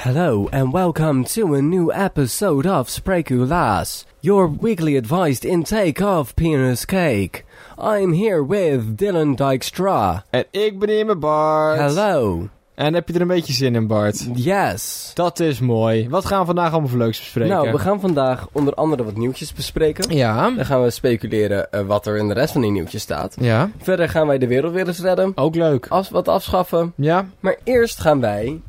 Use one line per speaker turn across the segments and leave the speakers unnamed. Hello and welcome to a new episode of Spreekulas, your weekly advised intake of penis cake. I'm here with Dylan Dijkstra.
En ik ben hier met Bart.
Hello.
En heb je er een beetje zin in, Bart?
Yes.
Dat is mooi. Wat gaan we vandaag allemaal voor leuks bespreken?
Nou, we gaan vandaag onder andere wat nieuwtjes bespreken.
Ja.
Dan gaan we speculeren eh, wat er in de rest van die nieuwtjes staat.
Ja.
Verder gaan wij de wereld weer eens redden.
Ook leuk.
Als wat afschaffen.
Ja.
Maar eerst gaan wij.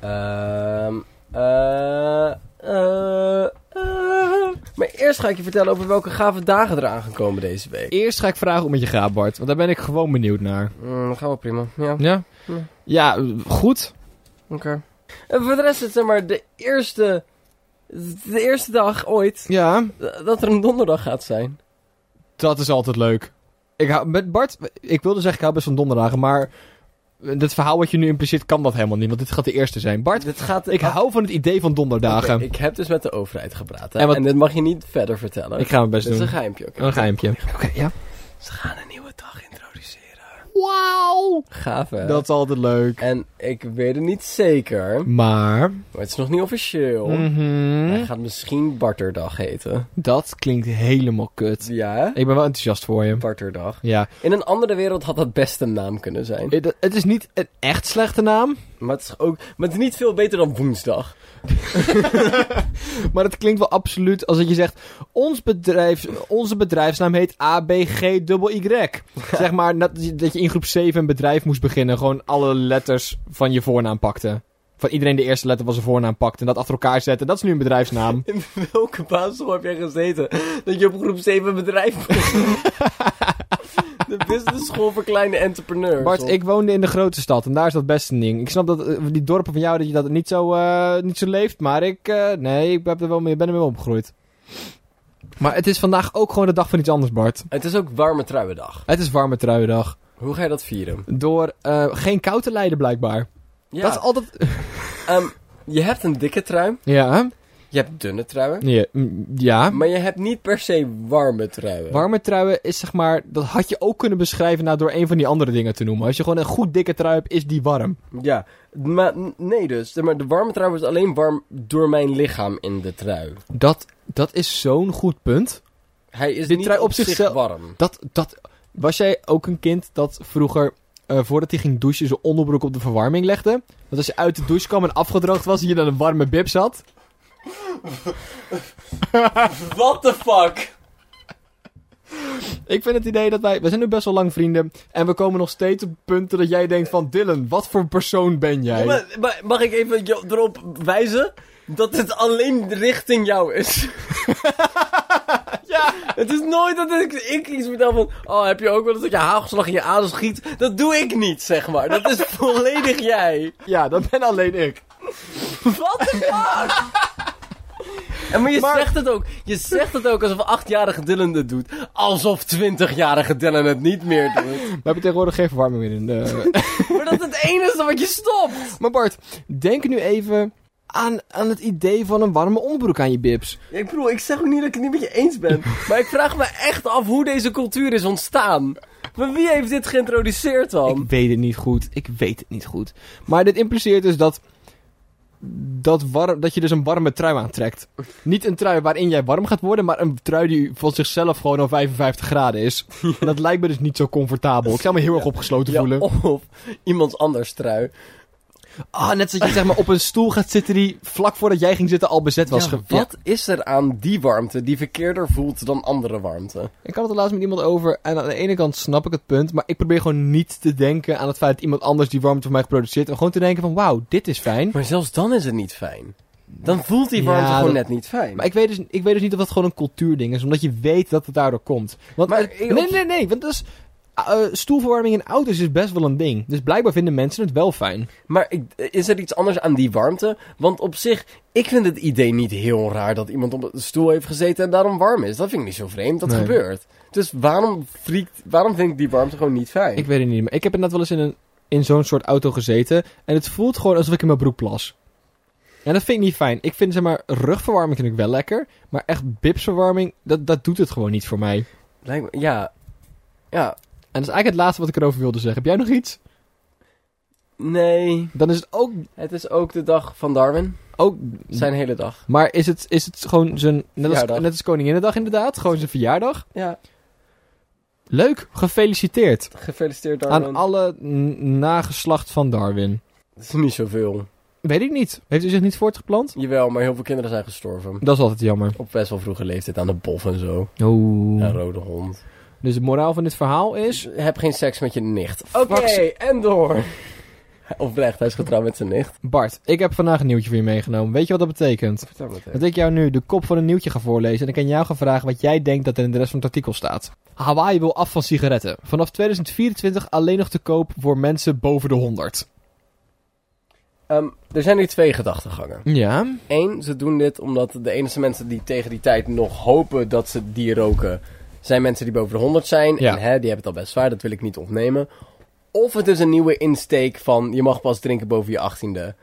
ehm, eh, eh, eh. maar eerst ga ik je vertellen over welke gave dagen er aan gaan komen deze week.
Eerst ga ik vragen hoe het met je gaat, Bart. Want daar ben ik gewoon benieuwd naar.
Mm, dat gaat wel prima. Ja, oké.
Ja?
Ja.
Ja, eh, goed.
En voor de rest is het zeg maar de eerste. De eerste dag ooit
Ja.
eh, dat er een donderdag gaat zijn.
Dat is altijd leuk. Ik hou, met Bart, ik wilde zeggen ik hou best van donderdagen, maar... Dit verhaal wat je nu impliciet kan dat helemaal niet, want dit gaat de eerste zijn. Bart,
Dit gaat de-
ik
Oké,
hou van het idee van donderdagen. Ah. ik...
ik heb dus met de overheid gepraat. Hè? En,
En wat-
dit mag je niet verder vertellen.
ga mijn best
Dit is een
doen. Oh,
geheimpje. oké?
Een geheimpje. Oké, ja.
Ze gaan een nieuwe dag introduceren.
Wauw!
Gaaf hè?
Dat is altijd leuk.
En ik weet het niet zeker.
Maar...
Maar het is nog niet officieel.
Mhm.
Hij gaat misschien Barterdag heten.
Dat klinkt helemaal kut.
Ja, hè?
Ik ben wel enthousiast voor je.
Barterdag.
Ja.
In een andere wereld had dat best een naam kunnen zijn.
Eh, dat- Het is niet een echt slechte naam,
Maar het is ook... Maar het is niet veel beter dan woensdag.
maar het klinkt wel absoluut als dat je zegt... Ons bedrijf, onze bedrijfsnaam heet ABGYY. Zeg maar dat je, dat je in groep 7 een bedrijf moest beginnen. Gewoon alle letters van je voornaam pakte. Van iedereen de eerste letter van zijn voornaam pakte. En dat achter elkaar zette. Dat is nu een bedrijfsnaam.
In welke basisschool heb jij gezeten? Dat je op groep 7 bedrijf De business school voor kleine entrepreneurs.
Bart, ik woonde in de grote stad en daar is dat best een ding. Ik snap dat eh, die dorpen van jou dat je dat niet zo, eh, niet zo leeft, maar ik, eh, nee, ik heb er wel mee, ben er mee opgegroeid. Maar het is vandaag ook gewoon de dag van iets anders, Bart.
Het is ook warme truiendag.
Het is warme truiendag.
Hoe ga je dat vieren?
Door eh, geen kou te lijden, blijkbaar.
Ja,
Dat is altijd...
ehm, je hebt een dikke trui.
Ja,
Je hebt dunne truien.
ja, mm, ja.
Maar je hebt niet per se warme truien.
Warme truien is zeg maar... Dat had je ook kunnen beschrijven nou, door een van die andere dingen te noemen. Als je gewoon een goed dikke trui hebt, is die warm.
Ja, maar n- nee dus. Zeg Maar de warme trui wordt alleen warm door mijn lichaam in de trui.
Dat, dat is zo'n goed punt.
Hij is
De
niet
trui
op
op
zich
zichzelf-
warm.
Dat, dat, was jij ook een kind dat vroeger, eh, voordat hij ging douchen, zijn onderbroek op de verwarming legde? Dat als je uit de douche kwam en afgedroogd was, je dan een warme bib zat?
What the fuck?
Ik vind het idee dat wij, we zijn nu best wel lang vrienden, en we komen nog steeds op punten dat jij denkt van, Dylan, wat voor persoon ben jij?
Maar, maar mag ik even jou erop wijzen dat het alleen richting jou is?
Ja.
Het is nooit dat ik, ik iets vertel van... Oh, heb je ook wel eens dat je hagelslag in je adem schiet? Dat doe ik niet, zeg maar. Dat is volledig jij.
Ja, dat ben alleen ik.
What the fuck? En maar je
Maar-
zegt het ook. Je zegt het ook alsof achtjarige Dylan het doet. Alsof twintigjarige Dylan het niet meer doet.
We hebben tegenwoordig geen verwarming meer in de...
Maar dat is het enige wat je stopt.
maar Bart, denk nu even aan, aan het idee van een warme onderbroek aan je bibs.
Ja, ik bedoel, ik zeg ook niet dat ik het niet met je eens ben. Maar ik vraag me echt af hoe deze cultuur is ontstaan. Maar wie heeft dit geïntroduceerd dan?
Ik weet het niet goed. Ik weet het niet goed. Maar dit impliceert dus dat. Dat, warm, dat je dus een warme trui aantrekt. Niet een trui waarin jij warm gaat worden, maar een trui die van zichzelf gewoon al 55 graden is. En dat lijkt me dus niet zo comfortabel. Ik zou me heel erg opgesloten
Ja,
voelen.
of iemands anders trui.
Ah, net zoals je zeg maar op een stoel gaat zitten die vlak voordat jij ging zitten al bezet was.
Ja,
ge- Ja.
wat is er aan die warmte die verkeerder voelt dan andere warmte?
Ik had het er laatst met iemand over. En aan de ene kant snap ik het punt. Maar ik probeer gewoon niet te denken aan het feit dat iemand anders die warmte voor mij geproduceerd. En gewoon te denken van wauw, dit is fijn.
Maar zelfs dan is het niet fijn. Dan voelt die
Ja,
warmte gewoon
dat-
net niet fijn.
Maar ik weet, dus, ik weet dus niet of dat gewoon een cultuurding is, omdat je weet dat het daardoor komt. Want,
Maar
eh,
ik-
nee, nee, nee, want dat is, eh, stoelverwarming in auto's is best wel een ding. Dus blijkbaar vinden mensen het wel fijn.
Maar ik- is er iets anders aan die warmte? Want op zich, ik vind het idee niet heel raar dat iemand op een stoel heeft gezeten en daarom warm is. Dat vind ik niet zo vreemd, dat
Nee.
gebeurt. Dus waarom, freakt, waarom vind ik die warmte gewoon niet fijn?
Ik weet het niet, maar ik heb inderdaad wel eens in, een, in zo'n soort auto gezeten en het voelt gewoon alsof ik in mijn broek plas. En dat vind ik niet fijn. Ik vind, zeg maar, rugverwarming vind ik wel lekker, maar echt bibsverwarming, dat, dat doet het gewoon niet voor mij.
Lijkt me- ja. Ja.
En dat is eigenlijk het laatste wat ik erover wilde zeggen. Heb jij nog iets?
Nee,
Dan is het ook...
het is ook de dag van Darwin.
ook
Zijn hele dag.
Maar is het, is het gewoon zijn... Net als,
Verjaardag.
net als Koninginnedag inderdaad. Gewoon zijn verjaardag.
Ja,
Leuk. Gefeliciteerd.
gefeliciteerd Darwin.
Aan alle n- nageslacht van Darwin.
Het is niet zoveel.
Weet ik niet. Heeft u zich niet voortgeplant?
Jawel, maar heel veel kinderen zijn gestorven.
Dat is altijd jammer.
Op best wel vroege leeftijd aan de bof en zo.
Oeh.
En rode hond.
Dus de moraal van dit verhaal is...
Heb geen seks met je nicht. Oké,
Fuck ze-
en door. Oprecht, hij is getrouwd met zijn nicht.
Bart, ik heb vandaag een nieuwtje voor je meegenomen. Weet je wat dat betekent?
Vertel me het
Dat ik jou nu de kop van een nieuwtje ga voorlezen... en dan kan ik jou gaan vragen wat jij denkt dat er in de rest van het artikel staat. Hawaii wil af van sigaretten. Vanaf 2024 alleen nog te koop voor mensen boven de 100.
Ehm, er zijn nu twee gedachtegangen.
Ja.
Eén, ze doen dit omdat de enige mensen die tegen die tijd nog hopen dat ze die roken, zijn mensen die boven de 100 zijn.
Ja.
En hè, die hebben het al best zwaar, dat wil ik niet ontnemen. Of het is een nieuwe insteek van je mag pas drinken boven je 18e.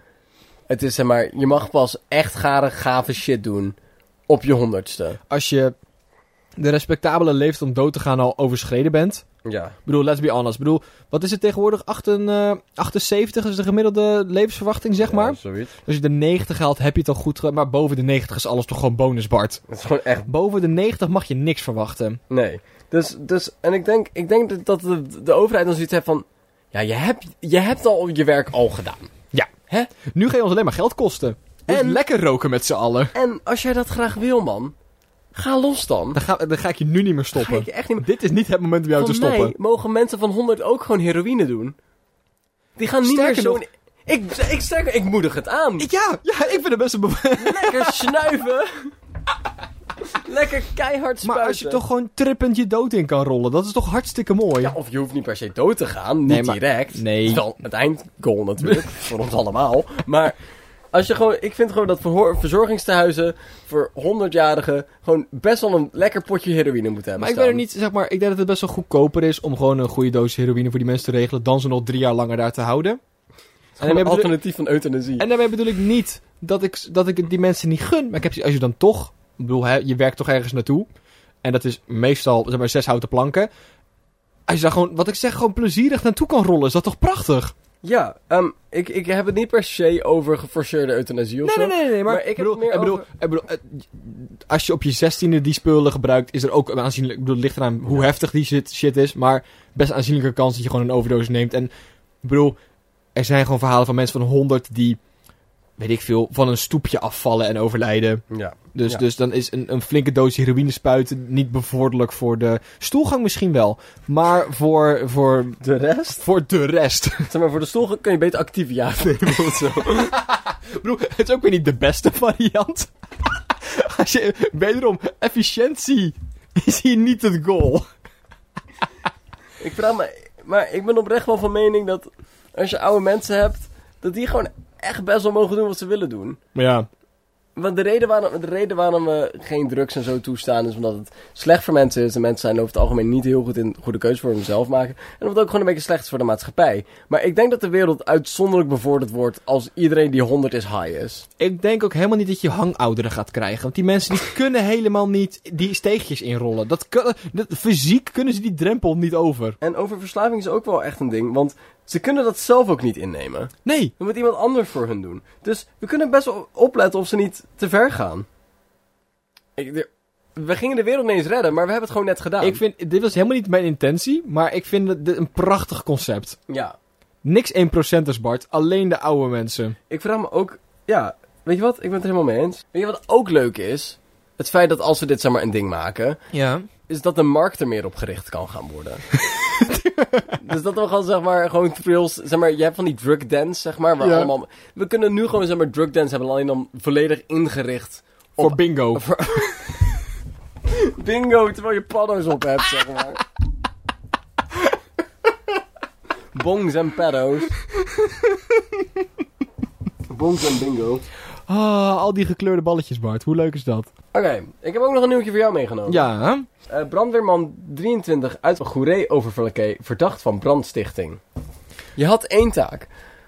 Het is zeg maar, je mag pas echt gare, gave shit doen op je 100ste.
als je de respectabele leeftijd om dood te gaan al overschreden bent.
Ja.
Ik bedoel, let's be honest. Ik bedoel, wat is het tegenwoordig? 18, eh, 78 is de gemiddelde levensverwachting, zeg maar.
zoiets.
Als je de 90 haalt, heb je het al goed. ge- Maar boven de 90 is alles toch gewoon bonus, Bart.
Het is gewoon echt
Boven de 90 mag je niks verwachten.
Nee. Dus, dus en ik denk, ik denk dat- dat de, de overheid dan zoiets heeft van... Ja, je hebt, je hebt al je werk al gedaan.
Nu ga je ons alleen maar geld kosten. Dus
En-
lekker roken met z'n allen.
En als jij dat graag wil, man, ga los dan.
Dan ga, dan ga ik je nu niet meer
Ga
stoppen.
ik je echt niet meer...
Dit is niet het moment om jou te
Van
stoppen.
mij mogen mensen van 100 ook gewoon heroïne doen. Die gaan niet
Sterker
meer zo...
nog-
Ik, ik, sterker, ik moedig het aan.
Ik- Ja, ja, ik vind het best een bew-
Lekker snuiven. Lekker keihard spuiten.
Maar als je toch gewoon trippend je dood in kan rollen, dat is toch hartstikke mooi.
Ja, of je hoeft niet per se dood te gaan. Niet
Nee, maar-
direct.
nee.
Dat is wel het eindgoal natuurlijk. voor ons allemaal. Maar als je gewoon, ik vind gewoon dat verhoor, verzorgingstehuizen voor 100-jarigen gewoon best wel een lekker potje heroïne moeten hebben.
Maar ik
staan.
ben er niet, zeg maar, ik denk dat het best wel goedkoper is om gewoon een goede doos heroïne voor die mensen te regelen, dan ze nog drie jaar langer daar te houden.
Het is
En
gewoon een
daarmee, bedoel,
alternatief van euthanasie.
en daarmee bedoel ik niet dat ik, dat ik het die mensen niet gun, maar ik heb, als je dan toch, ik bedoel, hè, je werkt toch ergens naartoe, en dat is meestal, zeg maar, zes houten planken. Als je daar gewoon, wat ik zeg, gewoon plezierig naartoe kan rollen, is dat toch prachtig?
Ja, ehm, ik, ik heb het niet per se over geforceerde euthanasie of zo.
nee, nee,
maar ik heb
bedoel,
het meer
ik bedoel,
over-
ik bedoel, eh, als je op je zestiende die spullen gebruikt, is er ook een aanzienlijk, ik bedoel, het ligt eraan hoe heftig die shit, shit is, maar best een aanzienlijke kans dat je gewoon een overdosis neemt. En ik bedoel, er zijn gewoon verhalen van mensen van 100 die, weet ik veel, van een stoepje afvallen en overlijden.
Ja.
Dus,
Ja.
dus dan is een, een flinke doos heroïne spuiten niet bevorderlijk voor de stoelgang misschien wel, maar voor, voor,
De rest?
voor de rest.
Zeg maar, voor de stoel kun je beter actief ja nemen of zo.
Ik bedoel, het is ook weer niet de beste variant. Als je, wederom, efficiëntie is hier niet het goal.
Ik vraag me... Maar ik ben oprecht wel van mening dat als je oude mensen hebt... dat die gewoon echt best wel mogen doen wat ze willen doen.
Maar ja,
Want de reden, waarom, de reden waarom we geen drugs en zo toestaan is omdat het slecht voor mensen is. En mensen zijn over het algemeen niet heel goed in goede keuzes voor hemzelf maken. En omdat het ook gewoon een beetje slecht is voor de maatschappij. Maar ik denk dat de wereld uitzonderlijk bevorderd wordt als iedereen die 100 is high is.
ik denk ook helemaal niet dat je hangouderen gaat krijgen. Want die mensen die kunnen helemaal niet die steegjes inrollen. Dat kan, dat, fysiek kunnen ze die drempel niet over.
En over verslaving is ook wel echt een ding, want ze kunnen dat zelf ook niet innemen.
Nee,
Dat moet iemand anders voor hun doen. Dus we kunnen best wel opletten of ze niet te ver gaan. Ik- de- we gingen de wereld niet eens redden, maar we hebben het gewoon net gedaan.
ik vind, dit was helemaal niet mijn intentie. Maar ik vind het een prachtig concept.
Ja,
Niks 1%ers, Bart. Alleen de oude mensen.
Ik vraag me ook, ja, weet je wat? Ik ben het er helemaal mee eens. Weet je wat ook leuk is? Het feit dat als we dit zeg maar een ding maken,
Ja.
is dat de markt er meer op gericht kan gaan worden. dus dat we gewoon zeg maar gewoon thrills, zeg maar, je hebt van die drug dance zeg maar, waar
Ja.
allemaal, we kunnen nu gewoon zeg maar drug dance hebben, alleen dan volledig ingericht
Voor
op
bingo.
bingo terwijl je paddo's op hebt zeg maar. Bongs en paddo's. Bongs en bingo.
Ah, al die gekleurde balletjes, Bart. Hoe leuk is dat?
Oké, ik heb ook nog een nieuwtje voor jou meegenomen.
Ja.
Eh, brandweerman 23 uit Goeree overvlakke verdacht van brandstichting. Je had één taak.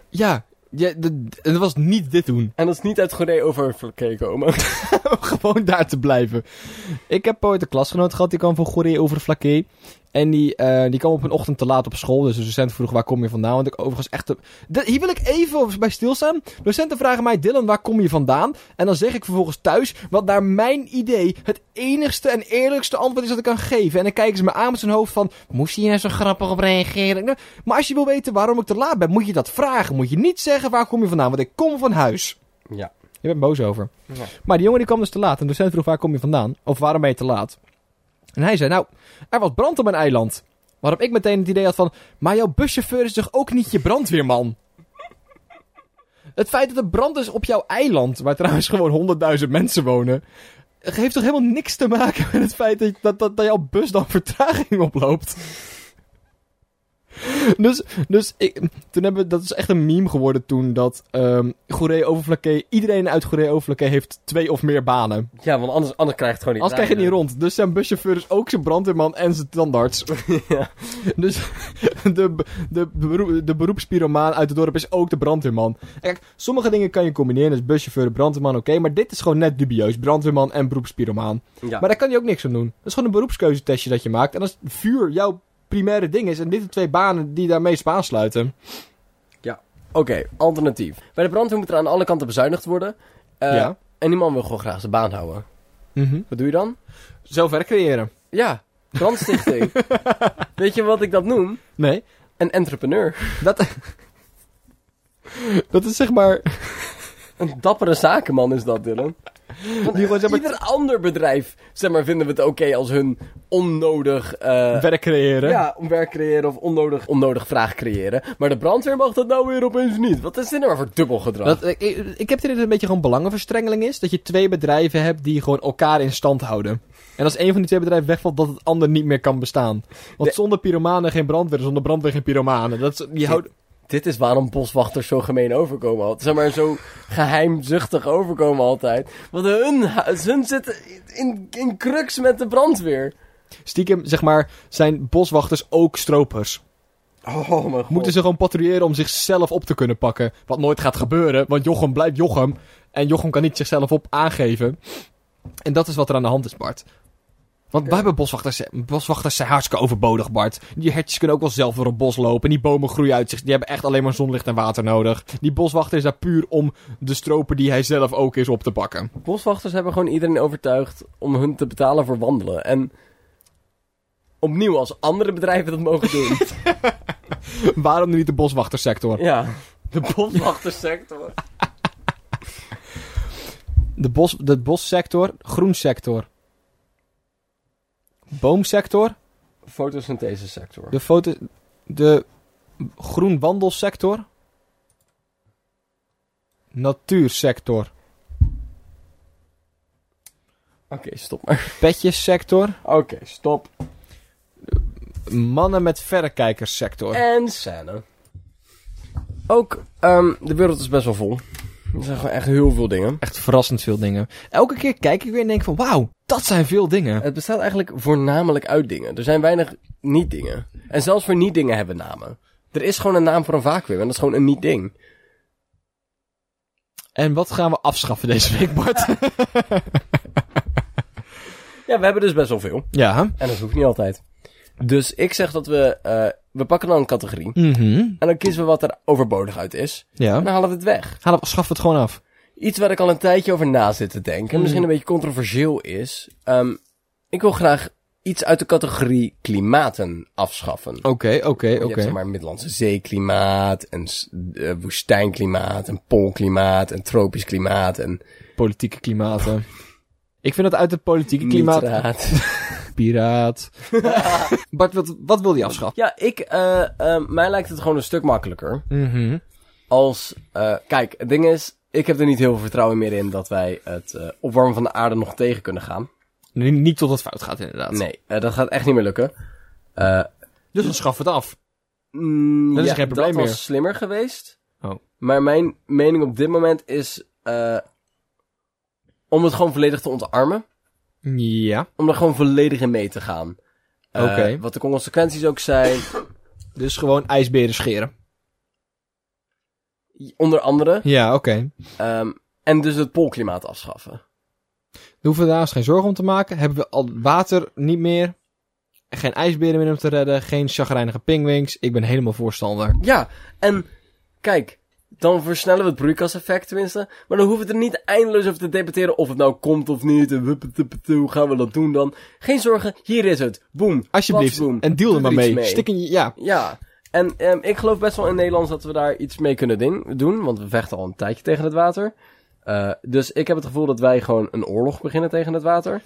Ja, ja d- d- het was niet dit doen.
En dat is niet uit Goeree overvlakke komen.
Om gewoon daar te blijven. Ik heb ooit een klasgenoot gehad, die kwam van Goeree over Flaké. En die, eh, die kwam op een ochtend te laat op school. Dus de docent vroeg, waar kom je vandaan? Want ik overigens echt... te- De- hier wil ik even bij stilstaan. Docenten vragen mij, Dylan, waar kom je vandaan? En dan zeg ik vervolgens thuis, wat naar mijn idee het enigste en eerlijkste antwoord is dat ik kan geven. En dan kijken ze me aan met zijn hoofd van, moest je hier nou zo grappig op reageren? Nou, Maar als je wil weten waarom ik te laat ben, moet je dat vragen. Moet je niet zeggen, waar kom je vandaan? Want ik kom van huis.
Ja.
Je bent boos over.
Ja.
Maar die jongen die kwam dus te laat. En de docent vroeg waar kom je vandaan? Of waarom ben je te laat? En hij zei, nou, er was brand op mijn eiland. Waarop ik meteen het idee had van, maar jouw buschauffeur is toch ook niet je brandweerman? Het feit dat er brand is op jouw eiland, waar trouwens gewoon 100.000 mensen wonen, heeft toch helemaal niks te maken met het feit dat, dat, dat, dat jouw bus dan vertraging oploopt? Dus, dus ik, toen hebben we, dat is echt een meme geworden toen dat ehm Goeree Overflakkee, iedereen uit Goeree Overflakkee heeft twee of meer banen.
ja, want anders, anders krijg je het gewoon niet
Als krijg je het niet
draaiende.
rond. Dus zijn buschauffeur is ook zijn brandweerman en zijn tandarts.
Ja.
Dus de, be- de, beroep, de beroepspiromaan uit het dorp is ook de brandweerman. En Kijk, sommige dingen kan je combineren. Dus buschauffeur, brandweerman, oké. maar dit is gewoon net dubieus. Brandweerman en beroepspiromaan.
Ja.
Maar daar kan hij ook niks aan doen. Dat is gewoon een beroepskeuzetestje dat je maakt. En als vuur jouw primaire ding is en dit de twee banen die daarmee meest op aansluiten.
Oké, alternatief. Bij de brandweer moet er aan alle kanten bezuinigd worden. Eh,
ja.
En die man wil gewoon graag zijn baan houden.
Mhm.
Wat doe je dan?
Zelf werk creëren.
Ja, brandstichting. Weet je wat ik dat noem?
Nee.
Een entrepreneur.
Dat, dat is zeg maar...
Een dappere zakenman is dat, Dylan. Want eh,
Die gewoon, zeg maar-
Ieder ander bedrijf, zeg maar, vinden we het oké als hun onnodig... eh,
werk creëren.
ja, om werk creëren of onnodig, onnodig vraag creëren. Maar de brandweer mag dat nou weer opeens niet. Wat is dit nou voor dubbel gedrag?
Dat, ik, ik- ik heb het idee dat het een beetje gewoon belangenverstrengeling is. Dat je twee bedrijven hebt die gewoon elkaar in stand houden. En als een van die twee bedrijven wegvalt, dat het ander niet meer kan bestaan. Want
De-
zonder pyromanen geen brandweer, zonder brandweer geen pyromanen. Dat is, je houdt...
Dit is waarom boswachters zo gemeen overkomen altijd. Zeg maar, zo geheimzuchtig overkomen altijd. Want hun, hun zitten in, in crux met de brandweer.
Stiekem, zeg maar, zijn boswachters ook stropers.
Oh mijn god.
Moeten ze gewoon patrouilleren om zichzelf op te kunnen pakken. Wat nooit gaat gebeuren, want Jochem blijft Jochem. En Jochem kan niet zichzelf op aangeven. En dat is wat er aan de hand is, Bart. Want wij hebben boswachters. Boswachters zijn hartstikke overbodig, Bart. Die hertjes kunnen ook wel zelf door een bos lopen. En die bomen groeien uit zich. Die hebben echt alleen maar zonlicht en water nodig. Die boswachter is daar puur om de stroper die hij zelf ook is op te pakken.
Boswachters hebben gewoon iedereen overtuigd om hun te betalen voor wandelen. En opnieuw, als andere bedrijven dat mogen doen.
Waarom nu niet de boswachtersector?
ja, de boswachtersector.
De, bos, de bossector, groensector. Boomsector.
Fotosynthese sector.
De foto... De groenwandelsector. Natuursector.
Oké, stop maar.
Petjessector.
Oké, stop.
Mannen met verrekijkerssector.
En scène. Ook, ehm, de wereld is best wel vol. Er zijn gewoon echt heel veel dingen.
Echt verrassend veel dingen. Elke keer kijk ik weer en denk van... Wauw, dat zijn veel dingen.
Het bestaat eigenlijk voornamelijk uit dingen. Er zijn weinig niet-dingen. En zelfs voor niet-dingen hebben we namen. Er is gewoon een naam voor een vacuüm en dat is gewoon een niet-ding.
En wat gaan we afschaffen deze week, Bart?
Ja, we hebben dus best wel veel.
ja.
En dat hoeft niet altijd. Dus ik zeg dat we... eh, we pakken dan een categorie.
Mhm.
En dan kiezen we wat er overbodig uit is.
Ja.
En dan halen we het weg.
Haal het, schaf het gewoon af.
Iets waar ik al een tijdje over na zit te denken.
Hmm.
en Misschien een beetje controversieel is. ehm, ik wil graag iets uit de categorie klimaten afschaffen.
Oké, oké,
Je hebt zeg maar Middellandse zeeklimaat, en s- eh, woestijnklimaat, en poolklimaat, en tropisch klimaat, en
Politieke klimaten. ik vind dat uit het politieke klimaat...
nitraat.
Piraat. Bart, wat, wat wil die afschaffen?
Ja, ik, eh, eh, mij lijkt het gewoon een stuk makkelijker.
Mhm.
Als, eh, kijk, het ding is, ik heb er niet heel veel vertrouwen meer in dat wij het eh, opwarmen van de aarde nog tegen kunnen gaan.
Nee, Niet tot het fout gaat, inderdaad.
Nee, eh, dat gaat echt niet meer lukken. Eh,
Dus dan schaf het af.
mm,
Dat is
ja,
geen probleem
dat was
meer.
slimmer geweest.
Oh.
Maar mijn mening op dit moment is, eh, om het gewoon volledig te ontarmen.
Ja.
om er gewoon volledig in mee te gaan. Eh,
Oké.
Wat de consequenties ook zijn.
Dus gewoon ijsberen scheren.
onder andere.
Ja, oké.
ehm, en dus het poolklimaat afschaffen.
Daar hoeven we daar eens geen zorgen om te maken. Hebben we al water niet meer. Geen ijsberen meer om te redden. Geen chagrijnige pingwings. Ik ben helemaal voorstander.
Ja, en kijk, dan versnellen we het broeikaseffect tenminste. Maar dan hoeven we er niet eindeloos over te debatteren of het nou komt of niet. En huppetuppetu, hoe gaan we dat doen dan? Geen zorgen, hier is het. Boom.
Alsjeblieft.
Pats, boom.
En deal
Doe
er maar
er iets
mee.
mee.
Stik in je... Ja.
Ja. En ehm, ik geloof best wel in Nederland dat we daar iets mee kunnen ding- doen. Want we vechten al een tijdje tegen het water. Eh, dus ik heb het gevoel dat wij gewoon een oorlog beginnen tegen het water.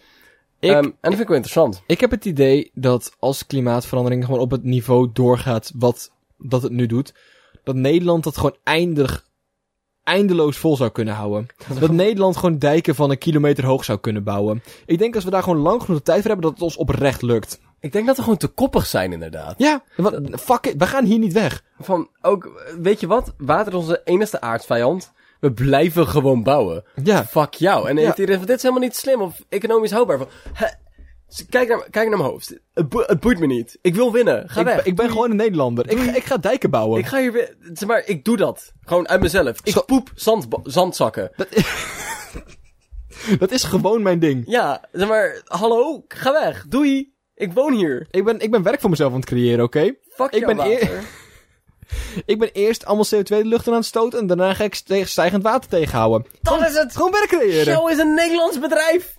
Ik,
Ehm, en dat vind ik wel interessant.
ik heb het idee dat als klimaatverandering gewoon op het niveau doorgaat wat dat het nu doet, dat Nederland dat gewoon eindig, eindeloos vol zou kunnen houden. Dat Nederland gewoon dijken van een kilometer hoog zou kunnen bouwen. Ik denk als we daar gewoon lang genoeg de tijd voor hebben, dat het ons oprecht lukt.
Ik denk dat we gewoon te koppig zijn inderdaad.
Ja, wat, fuck it, we gaan hier niet weg.
Van, ook, eh, weet je wat? Water is onze enigste aardvijand. We blijven gewoon bouwen.
Ja,
Fuck jou. En dan
Ja.
heeft iedereen van, dit is helemaal niet slim of economisch houdbaar. Van, hè, kijk, naar, kijk naar mijn hoofd. Het, boe- het boeit me niet. Ik wil winnen. Ga
ik,
weg.
ik ben gewoon een Nederlander. Ik, ga- ik ga dijken bouwen.
Ik ga hier weer... Zeg maar, ik doe dat. Gewoon uit mezelf. Ik
Zo-
poep zand, zandzakken.
Dat is gewoon mijn ding.
Ja, zeg maar, hallo, ga weg. Doei. Ik woon hier.
Ik ben, ik ben werk voor mezelf aan het creëren, oké?
Fuck
Ik
jou,
ben
water.
Ik ben eerst allemaal CO2 de lucht in aan het stoten en daarna ga ik ste- stijgend water tegenhouden.
Dat is het.
Gewoon werk creëren.
Shell is een Nederlands bedrijf.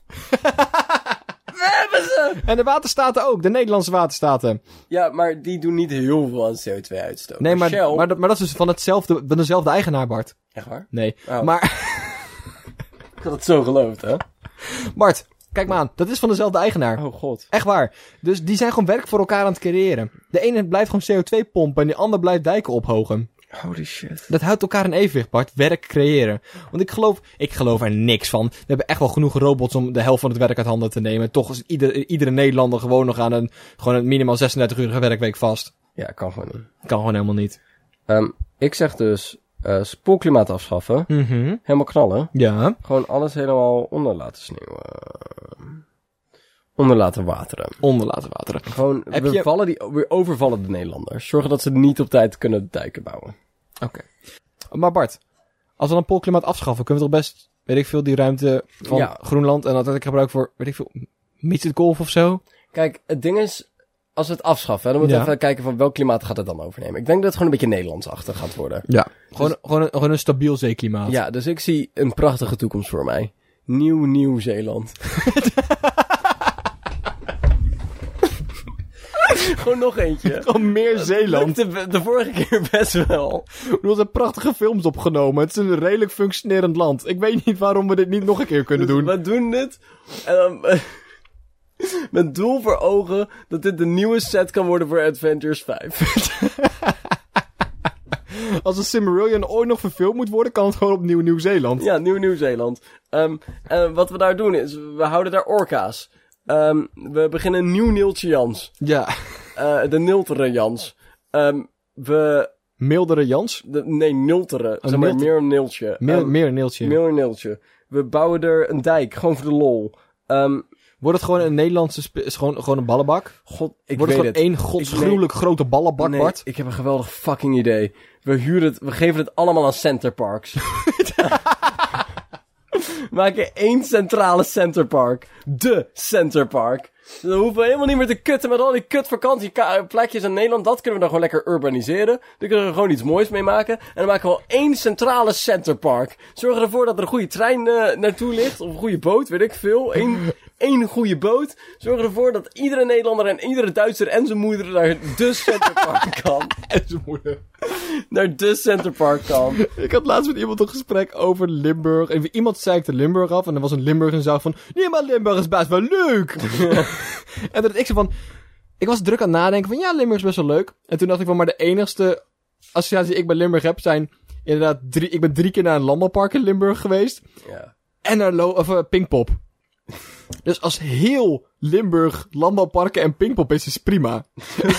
We hebben ze.
En de waterstaten ook, de Nederlandse waterstaten.
Ja, maar die doen niet heel veel aan CO2-uitstoot.
Nee, maar,
Shell...
maar, dat, maar dat is dus van, hetzelfde, van dezelfde eigenaar, Bart.
Echt waar?
Nee.
Oh.
Maar
Ik had het zo geloofd, hè?
Bart, kijk maar aan, dat is van dezelfde eigenaar.
Oh, god.
Echt waar. Dus die zijn gewoon werk voor elkaar aan het creëren. De ene blijft gewoon CO2 pompen en de ander blijft dijken ophogen.
Holy shit.
Dat houdt elkaar in evenwicht, Bart. Werk creëren. Want ik geloof, ik geloof er niks van. We hebben echt wel genoeg robots om de helft van het werk uit handen te nemen. Toch is ieder, iedere Nederlander gewoon nog aan een, gewoon een minimaal 36-urige werkweek vast.
Ja, kan gewoon niet.
Kan gewoon helemaal niet.
Ehm, ik zeg dus eh, spoelklimaat afschaffen.
Mhm.
Helemaal knallen.
Ja.
Gewoon alles helemaal onder laten sneeuwen. Onder laten wateren.
Onder laten wateren.
Gewoon,
Heb
we,
je-
vallen die, we overvallen de Nederlanders. Zorgen dat ze niet op tijd kunnen dijken bouwen.
Oké. Maar Bart, als we dan poolklimaat afschaffen, kunnen we toch best, weet ik veel, die ruimte van
Ja.
Groenland en dat ik gebruik voor, weet ik veel, Midget Golf of zo?
Kijk, het ding is, als we het afschaffen, hè, dan moeten we
Ja.
even kijken van welk klimaat gaat het dan overnemen. Ik denk dat het gewoon een beetje Nederlandsachtig gaat worden.
Ja. Dus- Gewoon, gewoon, een, gewoon een stabiel zeeklimaat.
Ja, dus ik zie een prachtige toekomst voor mij. Nieuw Nieuw-Zeeland. Gewoon nog eentje.
Gewoon meer Zeeland.
Lukte be- de vorige keer best wel.
Er zijn prachtige films opgenomen. Het is een redelijk functionerend land. Ik weet niet waarom we dit niet nog een keer kunnen doen.
We doen dit. En dan, met doel voor ogen dat dit de nieuwe set kan worden voor Adventures 5.
Als een Cimmerillion ooit nog verfilmd moet worden, kan het gewoon opnieuw Nieuw-Zeeland.
ja, Nieuw Nieuw-Zeeland. Ehm, en wat we daar doen is, we houden daar orka's. Ehm, we beginnen een nieuw Neeltje Jans.
Ja.
Eh, de Niltere Jans. Ehm, we...
Mildere Jans.
de- nee, Niltere. zeg maar,
Oh, Niltere.
meer een Neeltje.
Eh, Mil-
Ehm,
meer een Neeltje.
meer een Neeltje. We bouwen er een dijk, gewoon voor de lol. Ehm,
Wordt het gewoon een Nederlandse... spe- is gewoon, gewoon een ballenbak?
God, ik
Wordt het
weet
gewoon
het.
één godsgruwelijk grote ballenbak,
nee,
Bart?
ik heb een geweldig fucking idee. We huren het, we geven het allemaal aan centerparks. We maken één centrale centerpark. De centerpark. Dus Dan hoeven we helemaal niet meer te kutten met al die kutvakantieplekkjes in Nederland. Dat kunnen we dan gewoon lekker urbaniseren. Dan kunnen we er gewoon iets moois mee maken. En dan maken we wel één centrale centerpark. Zorgen ervoor dat er een goede trein eh, naartoe ligt. Of een goede boot, weet ik veel. Eén, één goede boot. Zorgen ervoor dat iedere Nederlander en iedere Duitser en zijn moeder naar de centerpark kan.
En zijn moeder.
Naar de centerpark kan.
Ik had laatst met iemand een gesprek over Limburg. En iemand zei ik de Limburg af. En er was een Limburg en zei van... Nee, maar Limburg is best wel leuk. en dat ik zei van... Ik was druk aan het nadenken van... Ja, Limburg is best wel leuk. En toen dacht ik van... Maar de enigste associatie die ik bij Limburg heb zijn... Inderdaad, drie, ik ben drie keer naar een landbouwpark in Limburg geweest.
Ja.
En naar lo- of, eh, Pinkpop. Dus als heel Limburg landbouwparken en Pinkpop is, is prima.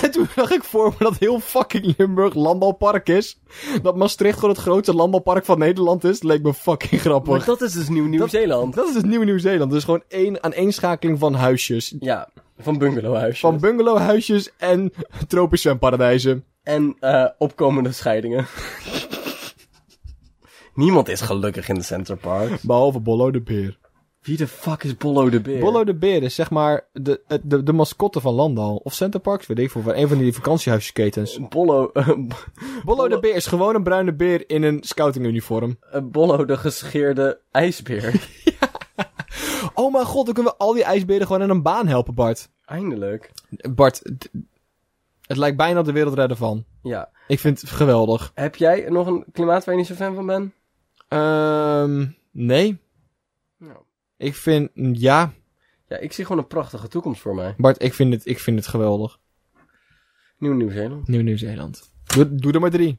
en toen dacht ik voor me dat heel fucking Limburg landbouwpark is. Dat Maastricht gewoon het grootste landbouwpark van Nederland is. Leek me fucking
Maar
grappig.
dat is dus Nieuw Nieuw-Zeeland.
Dat is het nieuwe Nieuw-Zeeland. Dus gewoon één aaneenschakeling van huisjes.
Ja, van bungalowhuisjes.
Van bungalowhuisjes en tropische zwemparadijzen.
En eh, opkomende scheidingen. Niemand is gelukkig in de Center Park.
Behalve Bollo de Beer.
Wie de fuck is Bollo de Beer?
Bollo de Beer is zeg maar de, de, de mascotte van Landal. Of Centerparks, weet ik veel. Van een van die vakantiehuisketens.
Bollo, eh,
Bollo de Beer is gewoon een bruine beer in een scoutinguniform.
eh, Bollo de gescheerde ijsbeer.
Oh mijn god, dan kunnen we al die ijsberen gewoon aan een baan helpen, Bart.
Eindelijk.
Bart, d- het lijkt bijna op de wereld redden van.
Ja.
Ik vind het geweldig.
Heb jij nog een klimaat waar je niet zo fan van bent?
Ehm, nee.
Nou.
Ik vind, ja,
Ja, ik zie gewoon een prachtige toekomst voor mij.
Bart, ik vind het, ik vind het geweldig.
Nieuw Nieuw-Zeeland.
Nieuw Nieuw-Zeeland. Doe, doe er maar drie.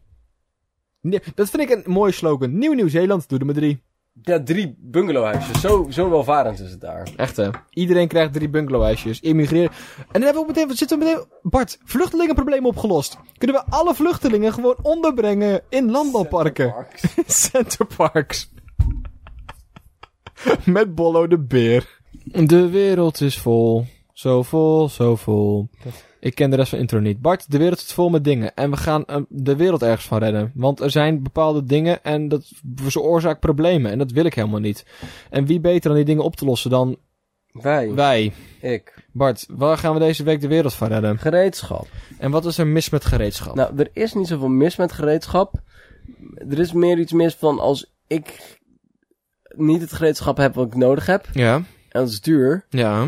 Nee, dat vind ik een mooie slogan. Nieuw Nieuw-Zeeland, doe er maar drie.
Ja, drie bungalowhuisjes. Zo, zo welvarend is het daar.
Echt hè. Iedereen krijgt drie bungalowhuisjes. Immigreren. En dan hebben we ook meteen, zitten we meteen... Bart, vluchtelingenprobleem opgelost. Kunnen we alle vluchtelingen gewoon onderbrengen in landbouwparken?
Parks.
Centerparks. Met Bollo de Beer. De wereld is vol. Zo vol, zo vol. Ik ken de rest van de intro niet. Bart, de wereld is vol met dingen. En we gaan eh, de wereld ergens van redden. Want er zijn bepaalde dingen en dat veroorzaakt problemen. En dat wil ik helemaal niet. En wie beter om die dingen op te lossen dan
Wij.
wij?
Ik.
Bart, waar gaan we deze week de wereld van redden?
Gereedschap.
En wat is er mis met gereedschap?
Nou, er is niet zoveel mis met gereedschap. Er is meer iets mis van als ik niet het gereedschap heb wat ik nodig heb.
Ja,
En dat is duur.
ja.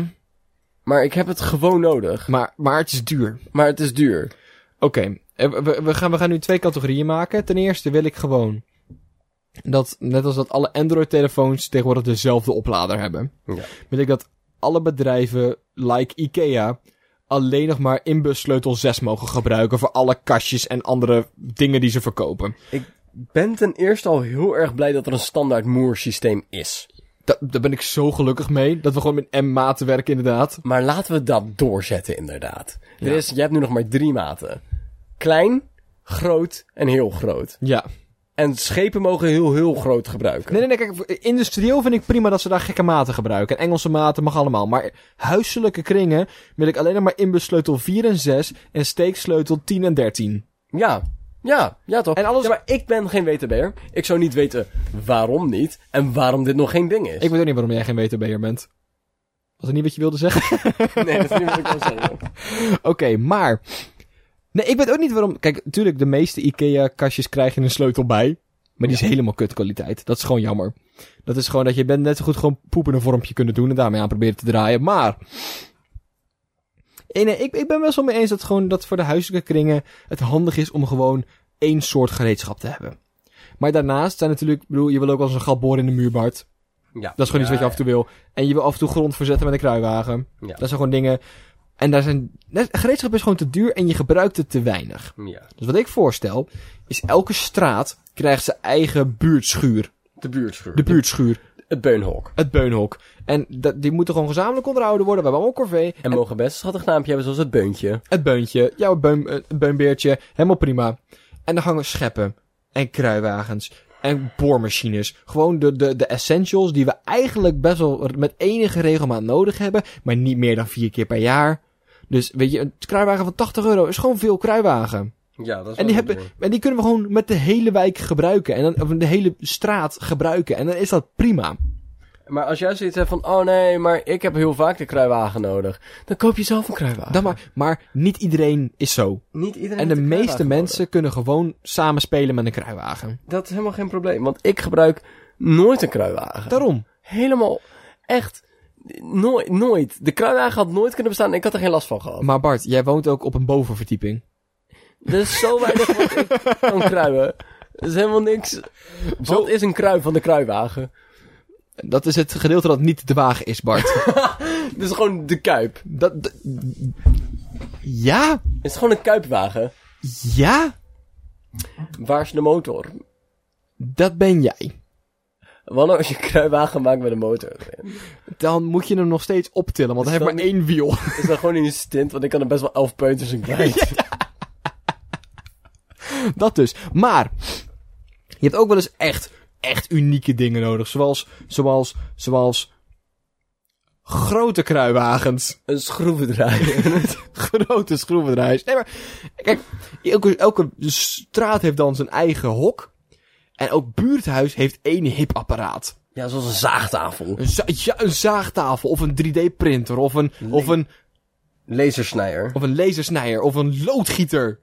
Maar ik heb het gewoon nodig.
Maar, maar het is duur.
Maar het is duur.
Oké, eh, we, we, gaan, we gaan nu twee categorieën maken. Ten eerste wil ik gewoon dat, net als dat alle Android-telefoons tegenwoordig dezelfde oplader hebben,
Ja.
wil ik dat alle bedrijven, like IKEA, alleen nog maar inbussleutel 6 mogen gebruiken voor alle kastjes en andere dingen die ze verkopen.
Ben ten eerste al heel erg blij dat er een standaard moersysteem is.
Da- daar ben ik zo gelukkig mee, dat we gewoon met M-maten werken inderdaad.
Maar laten we dat doorzetten inderdaad. Er
Ja.
is, je hebt nu nog maar drie maten. Klein, groot en heel groot.
Ja.
En schepen mogen heel heel groot gebruiken.
Nee, nee, nee, kijk, industrieel vind ik prima dat ze daar gekke maten gebruiken. En Engelse maten mag allemaal. Maar huiselijke kringen wil ik alleen nog maar inbussleutel 4 en 6 en steeksleutel 10 en 13.
Ja, ja, ja toch.
En alles-
Ja, maar ik ben geen WTB'er. Ik zou niet weten waarom niet en waarom dit nog geen ding is.
Ik weet ook niet waarom jij geen WTB'er bent. Was dat niet wat je wilde zeggen?
Nee, dat is niet wat ik wil zeggen.
Oké, maar... Nee, ik weet ook niet waarom... Kijk, natuurlijk, de meeste IKEA-kastjes krijgen een sleutel bij. Maar die is helemaal kutkwaliteit. Dat is gewoon jammer. Dat is gewoon dat je bent net zo goed gewoon poep in een vormpje kunnen doen... en daarmee aan proberen te draaien. Maar... Nee, nee, ik, ik ben best wel mee eens dat, gewoon, dat voor de huiselijke kringen... het handig is om gewoon één soort gereedschap te hebben. Maar daarnaast zijn natuurlijk... Ik bedoel, je wil ook wel eens een gat boren in de muur, Bart.
Ja.
Dat is gewoon iets wat
Ja,
je af en toe wil. En je wil af en toe grond verzetten met een kruiwagen.
Ja.
Dat zijn gewoon dingen. En daar zijn. net- Gereedschap is gewoon te duur en je gebruikt het te weinig.
Ja.
Dus wat ik voorstel, is elke straat krijgt zijn eigen buurtschuur.
De buurtschuur.
De buurtschuur.
Het beunhok.
Het beunhok. En dat, die moeten gewoon gezamenlijk onderhouden worden. We hebben allemaal corvée.
En mogen best een schattig naampje hebben zoals het beuntje.
Het beuntje. Jouw beun, eh, beunbeertje. Helemaal prima. En dan hangen scheppen. En kruiwagens. En boormachines. Gewoon de, de, de essentials die we eigenlijk best wel met enige regelmaat nodig hebben. Maar niet meer dan vier keer per jaar. Dus weet je, een kruiwagen van 80 euro is gewoon veel kruiwagen.
Ja, dat is
En die, hebben, en die kunnen we gewoon met de hele wijk gebruiken. En dan, of de hele straat gebruiken. En dan is dat prima.
Maar als jij zoiets hebt van, oh nee, maar ik heb heel vaak de kruiwagen nodig. Dan koop je zelf een kruiwagen.
Dan maar, maar niet iedereen is zo.
Niet iedereen
En de
heeft een
meeste
kruiwagen
mensen kunnen gewoon samen spelen met een kruiwagen.
nodig. Dat is helemaal geen probleem, want ik gebruik nooit een kruiwagen.
Daarom.
Helemaal, echt, nooit, nooit. De kruiwagen had nooit kunnen bestaan en ik had er geen last van gehad.
Maar Bart, jij woont ook op een bovenverdieping.
Er is zo weinig wat ik kan kruimen. Er is helemaal niks. Wat is een kruim van de kruiwagen?
Dat is het gedeelte dat niet te wagen is, Bart.
Het is gewoon de kuip.
dat, d- ja?
Het is gewoon een kuipwagen.
Ja?
Waar is de motor?
Dat ben jij.
Wanneer nou als je een kruiwagen maakt met een motor? erin?
Dan moet je hem nog steeds optillen, want hij heeft maar
dat
één wiel.
Is dat gewoon in een stint? Want ik kan er best wel elf peuters in kwijt.
dat dus. Maar, je hebt ook wel eens echt, echt unieke dingen nodig. Zoals, zoals, zoals... Grote kruiwagens.
Een schroevendraaier.
grote schroevendraaiers. Nee, maar kijk, elke, elke straat heeft dan zijn eigen hok. En ook buurthuis heeft één hipapparaat.
Ja, zoals een zaagtafel.
Een, za- ja, een zaagtafel of een 3D-printer of een, of, een,
Lasersnijer.
of een lasersnijer of een loodgieter.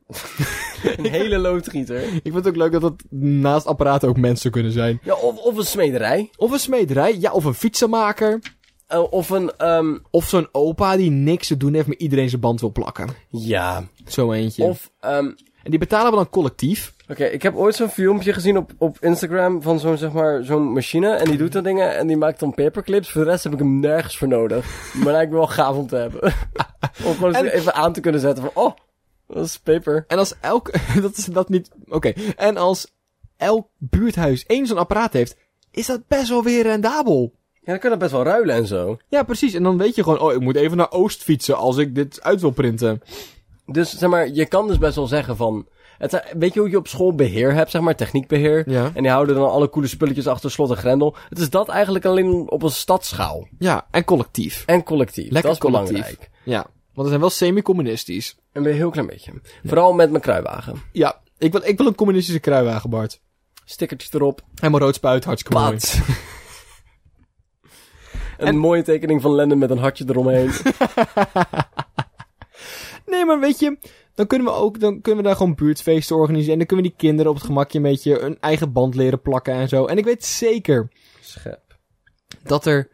Een hele loodgieter.
Ik vind het ook leuk dat dat naast apparaten ook mensen kunnen zijn.
Ja, of, of een smederij.
Of een smederij, ja, of een fietsenmaker.
Eh, of een, ehm,
Of zo'n opa die niks te doen heeft, maar iedereen zijn band wil plakken.
ja.
Zo eentje.
Of, ehm,
En die betalen we dan collectief.
Oké, ik heb ooit zo'n filmpje gezien op, op Instagram van zo'n zeg maar, zo'n machine. En die doet dan dingen en die maakt dan paperclips. Voor de rest heb ik hem nergens voor nodig. Maar lijkt me wel gaaf om te hebben. om gewoon eens
En-
even aan te kunnen zetten van, oh, dat is paper.
En als elk... dat is dat niet... Oké. En als elk buurthuis één zo'n apparaat heeft, is dat best wel weer rendabel.
Ja, dan kan dat best wel ruilen en zo.
Ja, precies. En dan weet je gewoon, oh, ik moet even naar Oost fietsen als ik dit uit wil printen.
Dus zeg maar, je kan dus best wel zeggen van... Het, zijn- weet je hoe je op school beheer hebt, zeg maar, techniekbeheer?
Ja.
En die houden dan alle coole spulletjes achter slot en grendel. Het is dat eigenlijk alleen op een stadschaal.
Ja, en collectief.
En collectief.
Lekker
dat is
collectief.
belangrijk.
Ja. Want we zijn wel semi-communistisch.
Een heel klein beetje. Vooral met mijn kruiwagen.
Ja. Ik wil, ik wil een communistische kruiwagen, Bart.
Stickertjes erop.
Helemaal rood spuit, hartstikke mooi.
Pat. Een mooie tekening van Lennon met een hartje eromheen.
Nee, maar weet je, dan kunnen we ook, dan kunnen we daar gewoon buurtfeesten organiseren. En dan kunnen we die kinderen op het gemakje een beetje een eigen band leren plakken en zo. En ik weet zeker
Schep.
dat er,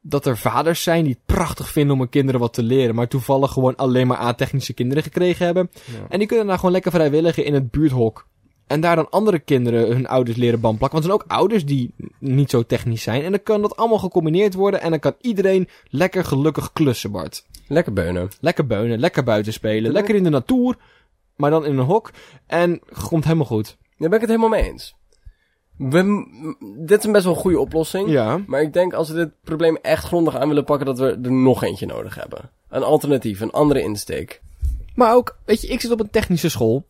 dat er vaders zijn die het prachtig vinden om hun kinderen wat te leren. Maar toevallig gewoon alleen maar A-technische kinderen gekregen hebben.
Ja.
En die kunnen daar gewoon lekker vrijwilligen in het buurthok. En daar dan andere kinderen hun ouders leren band plakken. Want er zijn ook ouders die niet zo technisch zijn. En dan kan dat allemaal gecombineerd worden. En dan kan iedereen lekker gelukkig klussen, Bart.
Lekker beunen.
Lekker beunen, lekker buiten spelen, lekker in de natuur, maar dan in een hok. En komt helemaal goed.
Daar ben ik het helemaal mee eens. We, m- dit is een best wel goede oplossing.
Ja.
Maar ik denk als we dit probleem echt grondig aan willen pakken, dat we er nog eentje nodig hebben. Een alternatief, een andere insteek.
Maar ook, weet je, ik zit op een technische school.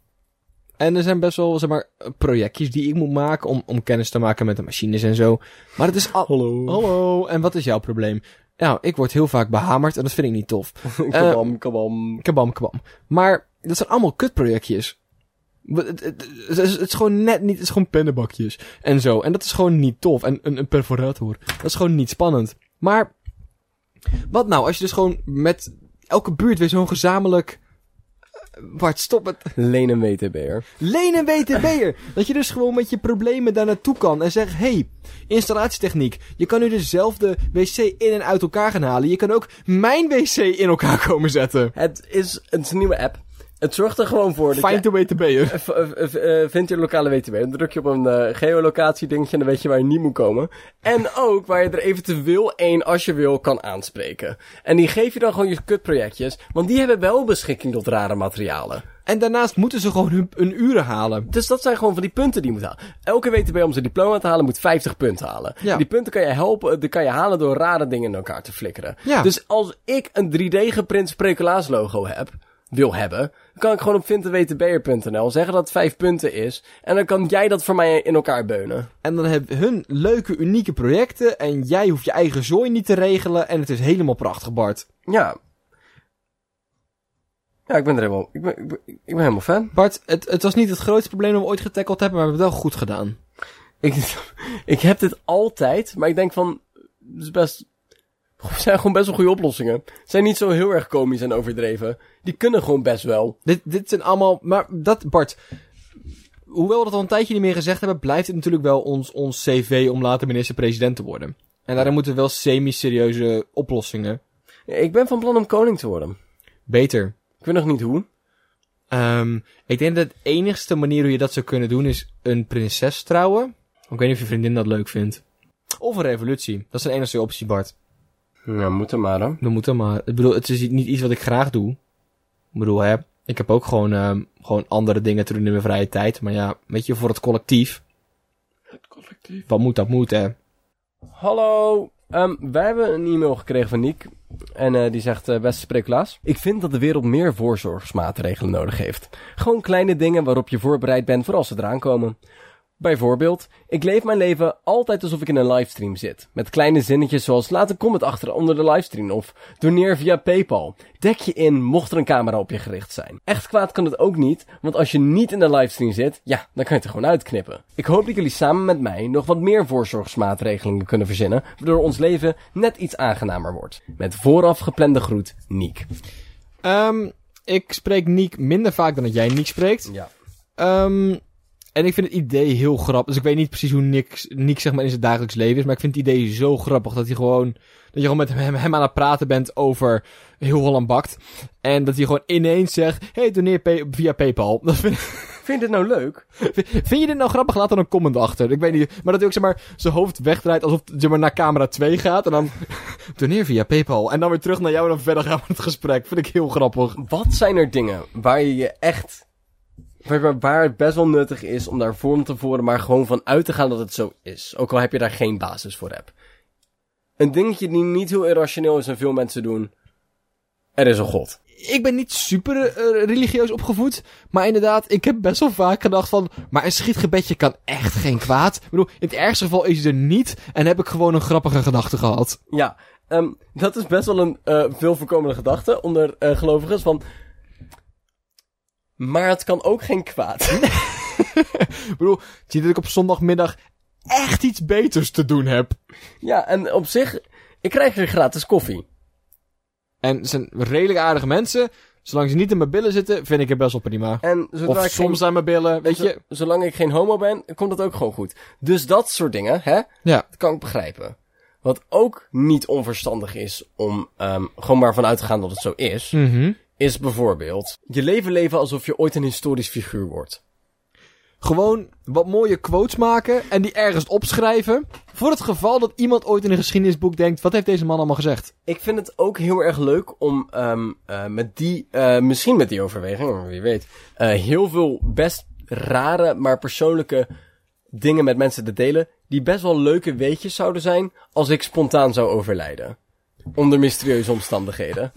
En er zijn best wel, zeg maar, projectjes die ik moet maken om, om kennis te maken met de machines en zo. Maar het is al...
Hallo.
Hallo, en wat is jouw probleem? Nou, ik word heel vaak behamerd en dat vind ik niet tof.
Eh, kabam, kabam.
Kabam, kabam. Maar dat zijn allemaal kutprojectjes. Het, het, het, het is, het is gewoon net niet... Het is gewoon pennenbakjes en zo. En dat is gewoon niet tof. En een, een perforator. Dat is gewoon niet spannend. Maar wat nou als je dus gewoon met elke buurt weer zo'n gezamenlijk... eh, Bart, stop het.
Lenen WTB'er.
Lenen WTB'er. Dat je dus gewoon met je problemen daar naartoe kan en zegt... hey, installatietechniek. Je kan nu dezelfde wc in en uit elkaar gaan halen. Je kan ook mijn wc in elkaar komen zetten.
Het is, het is een nieuwe app. Het zorgt er gewoon voor dat je
Find the WTB'er.
V- v- eh, vind je lokale WTW. Dan druk je op een eh, geolocatie dingetje en dan weet je waar je niet moet komen. En ook waar je er eventueel één, als je wil, kan aanspreken. En die geef je dan gewoon je kutprojectjes. Want die hebben wel beschikking tot rare materialen.
En daarnaast moeten ze gewoon hun, hun uren halen.
Dus dat zijn gewoon van die punten die je moet halen. Elke WTB om zijn diploma te halen moet 50 punten halen.
Ja.
Die punten kan je helpen, die kan je halen door rare dingen in elkaar te flikkeren.
Ja.
Dus als ik een 3D geprint spreculaas logo heb, wil hebben, dan kan ik gewoon op vindewtb'er.nl zeggen dat het 5 punten is. En dan kan jij dat voor mij in elkaar beunen.
En dan hebben hun leuke, unieke projecten. En jij hoeft je eigen zooi niet te regelen. En het is helemaal prachtig, Bart.
Ja. Ja, ik ben er helemaal, ik ben, ik ben, ik ben helemaal fan.
Bart, het, het was niet het grootste probleem dat we ooit getackeld hebben. Maar we hebben het wel goed gedaan.
Ik, ik heb dit altijd, maar ik denk van, het is best, het zijn gewoon best wel goede oplossingen. Het zijn niet zo heel erg komisch en overdreven. Die kunnen gewoon best wel.
Dit, dit zijn allemaal. Maar dat, Bart. Hoewel we dat al een tijdje niet meer gezegd hebben. Blijft het natuurlijk wel ons, ons CV om later minister-president te worden. En daarin moeten we wel semi-serieuze oplossingen.
Ik ben van plan om koning te worden.
Beter.
Ik weet nog niet hoe.
Ehm, ik denk dat de enigste manier hoe je dat zou kunnen doen is een prinses trouwen. Ik weet niet of je vriendin dat leuk vindt. Of een revolutie. Dat is de enige optie, Bart.
Nou, moet er maar, hè.
We moeten maar. Ik bedoel, het is niet iets wat ik graag doe. Ik bedoel, hè. Ik heb ook gewoon, ehm, gewoon andere dingen te doen in mijn vrije tijd. Maar ja, weet je, voor het collectief. Wat moet dat moet, hè?
Hallo. Ehm, wij hebben een e-mail gekregen van Niek. En eh, die zegt, eh, beste spreeklaas. Ik vind dat de wereld meer voorzorgsmaatregelen nodig heeft. Gewoon kleine dingen waarop je voorbereid bent voor als ze eraan komen. Bijvoorbeeld, ik leef mijn leven altijd alsof ik in een livestream zit. Met kleine zinnetjes zoals laat een comment achter onder de livestream of doneer via Paypal. Dek je in mocht er een camera op je gericht zijn. Echt kwaad kan het ook niet, want als je niet in de livestream zit, ja, dan kan je het er gewoon uitknippen. Ik hoop dat jullie samen met mij nog wat meer voorzorgsmaatregelingen kunnen verzinnen, waardoor ons leven net iets aangenamer wordt. Met vooraf geplande groet, Niek.
Ehm, ik spreek Niek minder vaak dan dat jij Niek spreekt.
Ja.
Ehm, en ik vind het idee heel grappig. Dus ik weet niet precies hoe Nick, Nick zeg maar in zijn dagelijks leven is. Maar ik vind het idee zo grappig dat hij gewoon. Dat je gewoon met hem, hem aan het praten bent over heel Holland bakt. En dat hij gewoon ineens zegt: hey, doneer pay- via PayPal. Dat vind, ik-
Vind je dit nou leuk?
vind je dit nou grappig? Laat dan een comment achter. Ik weet niet. Maar dat hij ook zeg maar zijn hoofd wegdraait alsof het zeg maar, naar camera 2 gaat. En dan. doneer via PayPal. En dan weer terug naar jou en dan verder gaan we het gesprek. Vind ik heel grappig.
Wat zijn er dingen waar je je echt. waar- waar- waar het best wel nuttig is om daar vorm te voeren, maar gewoon van uit te gaan dat het zo is. Ook al heb je daar geen basis voor hebt. Een dingetje die niet heel irrationeel is en veel mensen doen. Er is een god.
ik ben niet super eh, religieus opgevoed. Maar inderdaad, ik heb best wel vaak gedacht van... Maar een schietgebedje kan echt geen kwaad. Ik bedoel, in het ergste geval is hij er niet. En heb ik gewoon een grappige gedachte gehad.
Ja, ehm, dat is best wel een eh, veel voorkomende gedachte onder eh, gelovigen. Van, maar het kan ook geen
Hm?
kwaad.
Ik bedoel, zie dat ik op zondagmiddag echt iets beters te doen heb.
ja, en op zich, ik krijg hier gratis koffie.
En het zijn redelijk aardige mensen. Zolang ze niet in mijn billen zitten, vind ik het best wel prima.
En zodra
Of
ik geen-
soms aan mijn billen, weet je.
Z- Zolang ik geen homo ben, komt dat ook gewoon goed. Dus dat soort dingen, hè,
Ja.
dat kan ik begrijpen. Wat ook niet onverstandig is om ehm, gewoon maar vanuit te gaan dat het zo is,
Mhm.
is bijvoorbeeld je leven leven alsof je ooit een historisch figuur wordt.
Gewoon wat mooie quotes maken en die ergens opschrijven. Voor het geval dat iemand ooit in een geschiedenisboek denkt... Wat heeft deze man allemaal gezegd?
Ik vind het ook heel erg leuk om ehm, eh, met die, eh, misschien met die overweging, wie weet, eh, heel veel best rare, maar persoonlijke dingen met mensen te delen. Die best wel leuke weetjes zouden zijn als ik spontaan zou overlijden. Onder mysterieuze omstandigheden.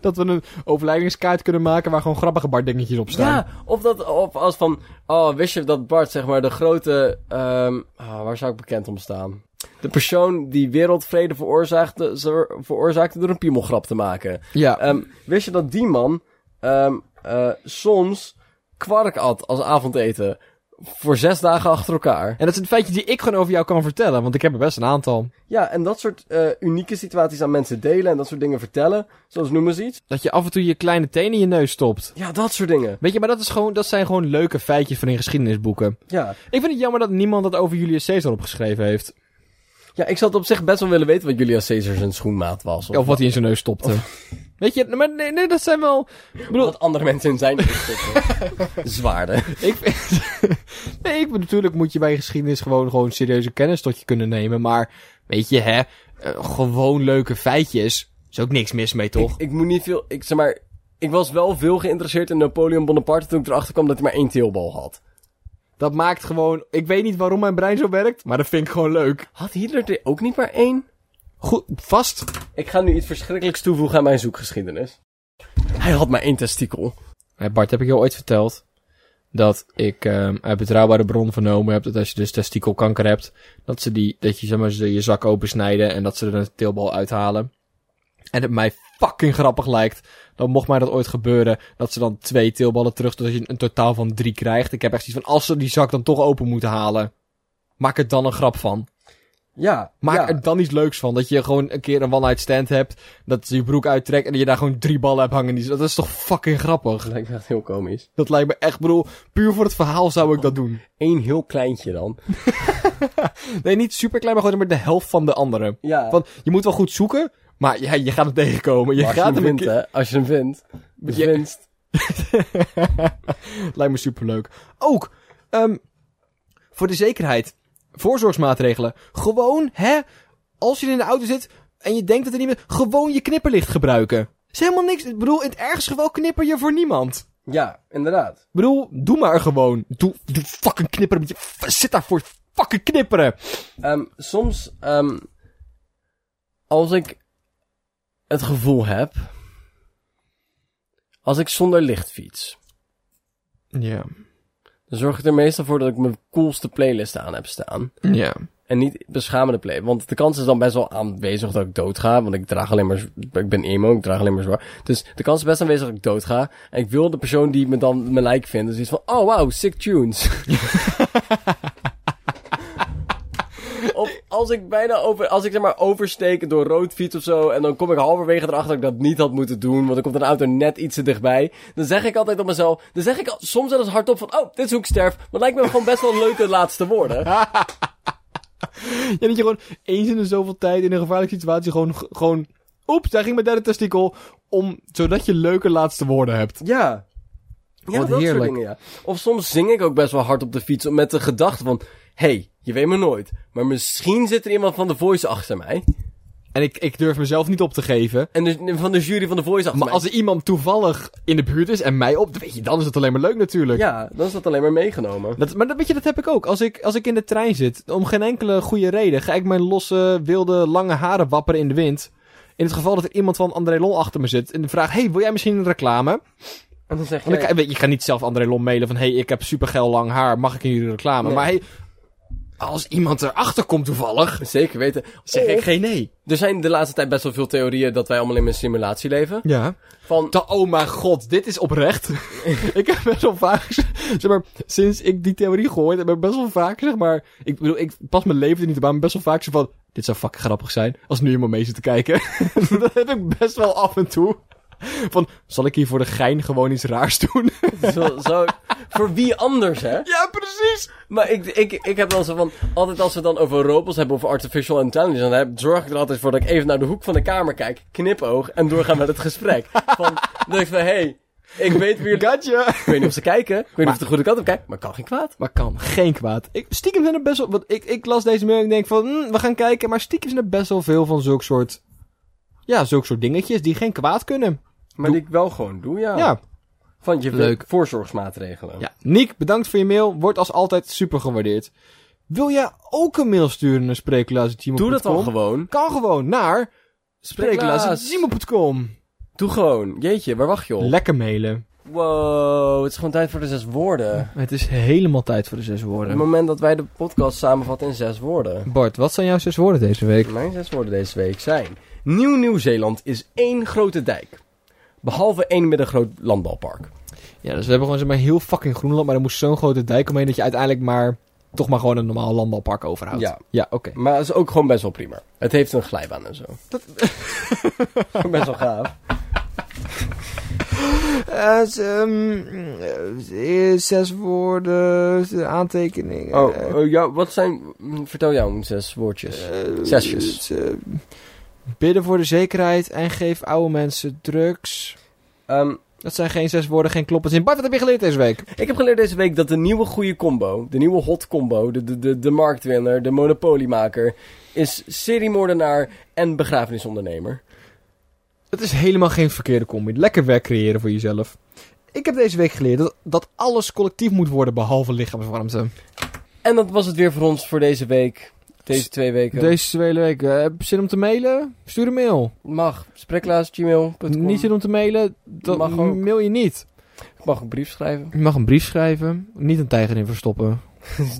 Dat we een overlijdingskaart kunnen maken waar gewoon grappige barddingetjes op staan.
Ja, of, dat, of als van, oh, wist je dat Bart, zeg maar, de grote, ehm, ah, waar zou ik bekend om staan? De persoon die wereldvrede veroorzaakte, ze- veroorzaakte door een piemelgrap te maken.
Ja.
Ehm, wist je dat die man ehm, eh, soms kwark at als avondeten voor zes dagen achter elkaar?
En dat zijn feitjes die ik gewoon over jou kan vertellen, want ik heb er best een aantal.
Ja, en dat soort eh, unieke situaties aan mensen delen en dat soort dingen vertellen, zoals noemen ze iets.
Dat je af en toe je kleine teen in je neus stopt.
Ja, dat soort dingen.
Weet je, maar dat, is gewoon, dat zijn gewoon leuke feitjes van in geschiedenisboeken.
Ja.
Ik vind het jammer dat niemand dat over Julius Caesar opgeschreven heeft.
ja, ik zou het op zich best wel willen weten wat Julius Caesar zijn schoenmaat was.
Of wat hij in zijn neus stopte. Weet je, maar nee, nee, dat zijn wel... Ik bedoel,
Wat andere mensen in zijn stoppen. Zwaarden.
ik vind... nee, ik bedoel, natuurlijk moet je bij geschiedenis gewoon, gewoon serieuze kennis tot je kunnen nemen. Maar, weet je, hè, eh, gewoon leuke feitjes. Is ook niks mis mee, toch?
Ik moet niet veel... Ik, zeg maar, ik was wel veel geïnteresseerd in Napoleon Bonaparte toen ik erachter kwam dat hij maar één teelbal had.
Dat maakt gewoon... Ik weet niet waarom mijn brein zo werkt, maar dat vind ik gewoon leuk.
Had Hitler er ook niet maar één?
Goed, vast.
Ik ga nu iets verschrikkelijks toevoegen aan mijn zoekgeschiedenis. Hij had maar één testikel.
Hey Bart, heb ik jou ooit verteld dat ik ehm, uit betrouwbare bron vernomen heb dat als je dus testikelkanker hebt, dat ze die, dat je zeg maar, ze je zak opensnijden en dat ze er een teelbal uithalen. En het mij fucking grappig lijkt, dan mocht mij dat ooit gebeuren, dat ze dan twee teelballen terug, zodat je een totaal van drie krijgt. Ik heb echt zoiets van, als ze die zak dan toch open moeten halen, maak er dan een grap van.
Ja,
Maak
ja.
er dan iets leuks van. Dat je gewoon een keer een one-night stand hebt. Dat ze je broek uittrekt en dat je daar gewoon drie ballen hebt hangen. Dat is toch fucking grappig?
lijkt me echt heel komisch.
Dat lijkt me echt, bedoel, puur voor het verhaal zou ik dat doen.
Eén heel kleintje dan.
Nee, niet super klein, maar gewoon maar de helft van de andere.
Ja.
Want je moet wel goed zoeken, maar ja, je gaat het tegenkomen. Je
Maar als je
gaat
hem
hem een
vindt,
keer...
hè. Als je hem vindt. Dus
Je-
winst.
Lijkt me superleuk. Ook, ehm, voor de zekerheid, voorzorgsmaatregelen. Gewoon, hè, als je in de auto zit en je denkt dat er niemand... Gewoon je knipperlicht gebruiken. is helemaal niks. Ik bedoel, in het ergste geval knipper je voor niemand.
Ja, inderdaad.
Ik bedoel, doe maar gewoon. Doe, doe fucking knipperen. met je- Zit daar voor fucking knipperen.
Ehm, soms, ehm, als ik het gevoel heb, als ik zonder licht fiets,
Ja.
dan zorg ik er meestal voor dat ik mijn coolste playlist aan heb staan.
Ja.
En niet beschamende play. Want de kans is dan best wel aanwezig dat ik doodga. Want ik draag alleen maar... z- Ik ben emo, ik draag alleen maar zwaar. Dus de kans is best aanwezig dat ik doodga. En ik wil de persoon die me dan mijn like vindt. Dus iets van... Oh, wow, sick tunes. of als ik bijna over... Als ik zeg maar oversteek door rood fiets of zo... En dan kom ik halverwege erachter dat ik dat niet had moeten doen. Want dan komt een auto net iets te dichtbij. Dan zeg ik altijd op mezelf... Dan zeg ik al- soms zelfs hardop van... Oh, dit is hoe ik sterf. Maar lijkt me gewoon best wel leuke laatste woorden.
Ja, dat je gewoon eens in de zoveel tijd in een gevaarlijke situatie gewoon... gewoon Oeps, daar ging mijn derde testikel. Om, zodat je leuke laatste woorden hebt.
Ja. Ja,
Wat
dat
heerlijk.
soort dingen, ja. Of soms zing ik ook best wel hard op de fiets om met de gedachte van... hey, je weet me nooit, maar misschien zit er iemand van de Voice achter mij.
En ik, ik durf mezelf niet op te geven.
En de- van de jury van de Voice achter
Maar
mij.
als er iemand toevallig in de buurt is en mij op... Weet je, dan is het alleen maar leuk natuurlijk.
Ja, dan is dat alleen maar meegenomen.
Dat, maar dat, weet je, dat heb ik ook. Als ik, als ik in de trein zit, om geen enkele goede reden, ga ik mijn losse, wilde, lange haren wapperen in de wind. In het geval dat er iemand van André Lon achter me zit en vraagt, hey, wil jij misschien een reclame?
En dan zeg je...
Want ik, weet je, je gaat niet zelf André Lon mailen van, hey, ik heb supergeil lang haar, mag ik in jullie reclame?
Nee.
Maar hey, als iemand erachter komt toevallig,
Zeker weten.
zeg ik geen nee.
Er zijn de laatste tijd best wel veel theorieën dat wij allemaal in een simulatie leven.
Ja.
Van...
Da oh mijn god, dit is oprecht. ik heb best wel vaak, zeg maar, sinds ik die theorie gehoord heb, heb ik best wel vaak, zeg maar, ik bedoel, ik pas mijn leven er niet op aan, maar best wel vaak zo van, dit zou fucking grappig zijn, als nu iemand mee zit te kijken. dat heb ik best wel af en toe. Van, zal ik hier voor de gein gewoon iets raars doen?
Zo, zo, voor wie anders, hè?
ja, precies.
Maar ik, ik, ik heb dan zo van... Altijd als we dan over robots hebben of artificial intelligence... dan heb, zorg ik er altijd voor dat ik even naar de hoek van de kamer kijk... knipoog en doorga met het gesprek. Van, dat ik van, hey, ik weet wie jullie...
Gotcha.
Ik weet niet of ze kijken. Ik weet niet of ze de goede kant op kijken. Maar kan geen kwaad.
Maar kan, geen kwaad. Ik, stiekem zijn er best wel, want ik, ik las deze mail en ik denk van, hm, we gaan kijken, maar stiekem zijn er best wel veel van zulk soort, ja, zulk soort dingetjes die geen kwaad kunnen.
Maar die ik wel gewoon doe, ja.
Ja.
Van je
Leuk.
voorzorgsmaatregelen.
Ja, Niek, bedankt voor je mail. Wordt als altijd super gewaardeerd. Wil jij ook een mail sturen naar spreeklaas.gmail.com?
Doe dat dan gewoon.
Kan gewoon naar spreeklaas.gmail.com.
Doe gewoon. Jeetje, waar wacht je op?
Lekker mailen.
Wow, het is gewoon tijd voor de zes woorden.
Het is helemaal tijd voor de zes
Het
woorden.
moment dat wij de podcast samenvatten in zes woorden.
Bart, wat zijn jouw zes woorden deze week?
Mijn zes woorden deze week zijn... Nieuw-Nieuw-Zeeland is één grote dijk. Behalve één middengroot landbouwpark.
Ja, dus we hebben gewoon zeg maar heel fucking Groenland, maar er moest zo'n grote dijk omheen dat je uiteindelijk maar toch maar gewoon een normaal landbouwpark overhoudt.
Ja.
Ja, oké.
Maar dat is ook gewoon best wel prima. Het heeft een glijbaan en zo. Dat... best wel gaaf.
Eh, z- ehm, eh, zes woorden, z- aantekeningen.
Oh,
eh,
eh, ja, wat zijn... mm, Vertel jouw zes woordjes. Zesjes.
Eh, eh, Bidden voor de zekerheid en geef oude mensen drugs.
Ehm,
Dat zijn geen zes woorden, geen kloppend zin. Bart, wat heb je geleerd deze week?
ik heb geleerd deze week dat de nieuwe goede combo... De nieuwe hot combo, de, de, de, de marktwinner, de monopoliemaker... is seriemoordenaar en begrafenisondernemer.
Het is helemaal geen verkeerde combi. Lekker werk creëren voor jezelf. Ik heb deze week geleerd dat, dat alles collectief moet worden behalve lichaamswarmte.
En dat was het weer voor ons voor deze week. Deze twee weken.
Deze twee weken. eh, Heb je zin om te mailen? Stuur een mail.
Mag. Spreklaas.gmail.com.
Niet zin om te mailen? Dan
Mag ook.
mail je niet.
Mag een brief schrijven?
Je mag een brief schrijven. Niet een tijger in verstoppen.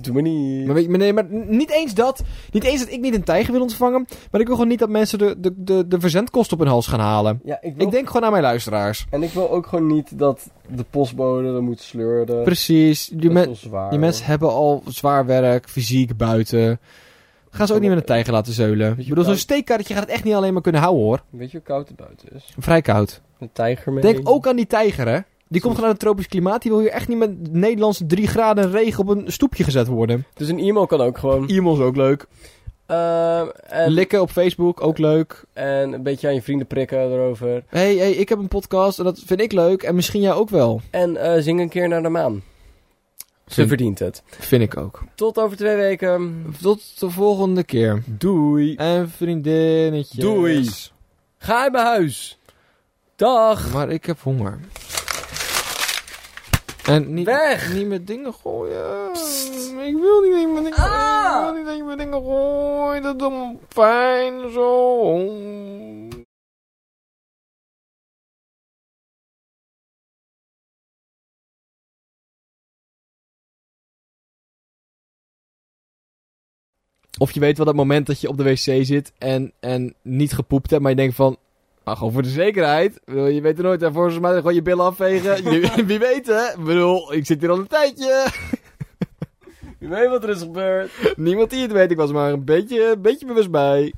Doe me niet.
Maar, weet je, maar nee, maar niet eens dat. Niet eens dat ik niet een tijger wil ontvangen. Maar ik wil gewoon niet dat mensen de, de, de, de verzendkosten op hun hals gaan halen.
Ja, ik wil...
Ik denk gewoon aan mijn luisteraars.
En ik wil ook gewoon niet dat de postbode er moet sleuren.
Precies. Die,
Dat is
men-
wel zwaar.
die mensen hebben al zwaar werk, fysiek, buiten. Gaan ze ook niet met een tijger laten zeulen.
je
Ik bedoel, zo'n
koud-
steekkarretje gaat het echt niet alleen maar kunnen houden hoor.
Weet je hoe koud het buiten is?
Vrij koud.
Een tijger mee.
Denk ook aan die tijger hè. Die komt gewoon uit een tropisch klimaat. Die wil hier echt niet met Nederlandse 3 graden regen op een stoepje gezet worden.
Dus een e-mail kan ook gewoon.
E-mails ook leuk.
Ehm, en,
Likken op Facebook ook leuk.
en een beetje aan je vrienden prikken erover.
Hé, hey, hey, ik heb een podcast en dat vind ik leuk. En misschien jij ook wel.
En eh, zing een keer naar de maan. Ze
Vind-
verdient het.
Vind ik ook.
Tot over twee weken.
Tot de volgende keer.
Doei.
En vriendinnetjes.
Doei. Ga uit mijn huis. Dag.
Maar ik heb honger. En niet,
Weg.
niet met dingen gooien. Ik wil niet dat je met dingen
Ah.
Ik wil niet dat je met dingen gooit. Dat doet me pijn zo. Of je weet wel dat moment dat je op de wc zit en, en niet gepoept hebt, maar je denkt van... Maar gewoon voor de zekerheid. Ik bedoel, je weet er nooit. En volgens mij gewoon je billen afvegen. Je- wie weet hè. Ik bedoel, ik zit hier al een tijdje.
Je weet wat er is gebeurd.
Niemand die het weet. Ik was er maar een beetje, een beetje bewust bij.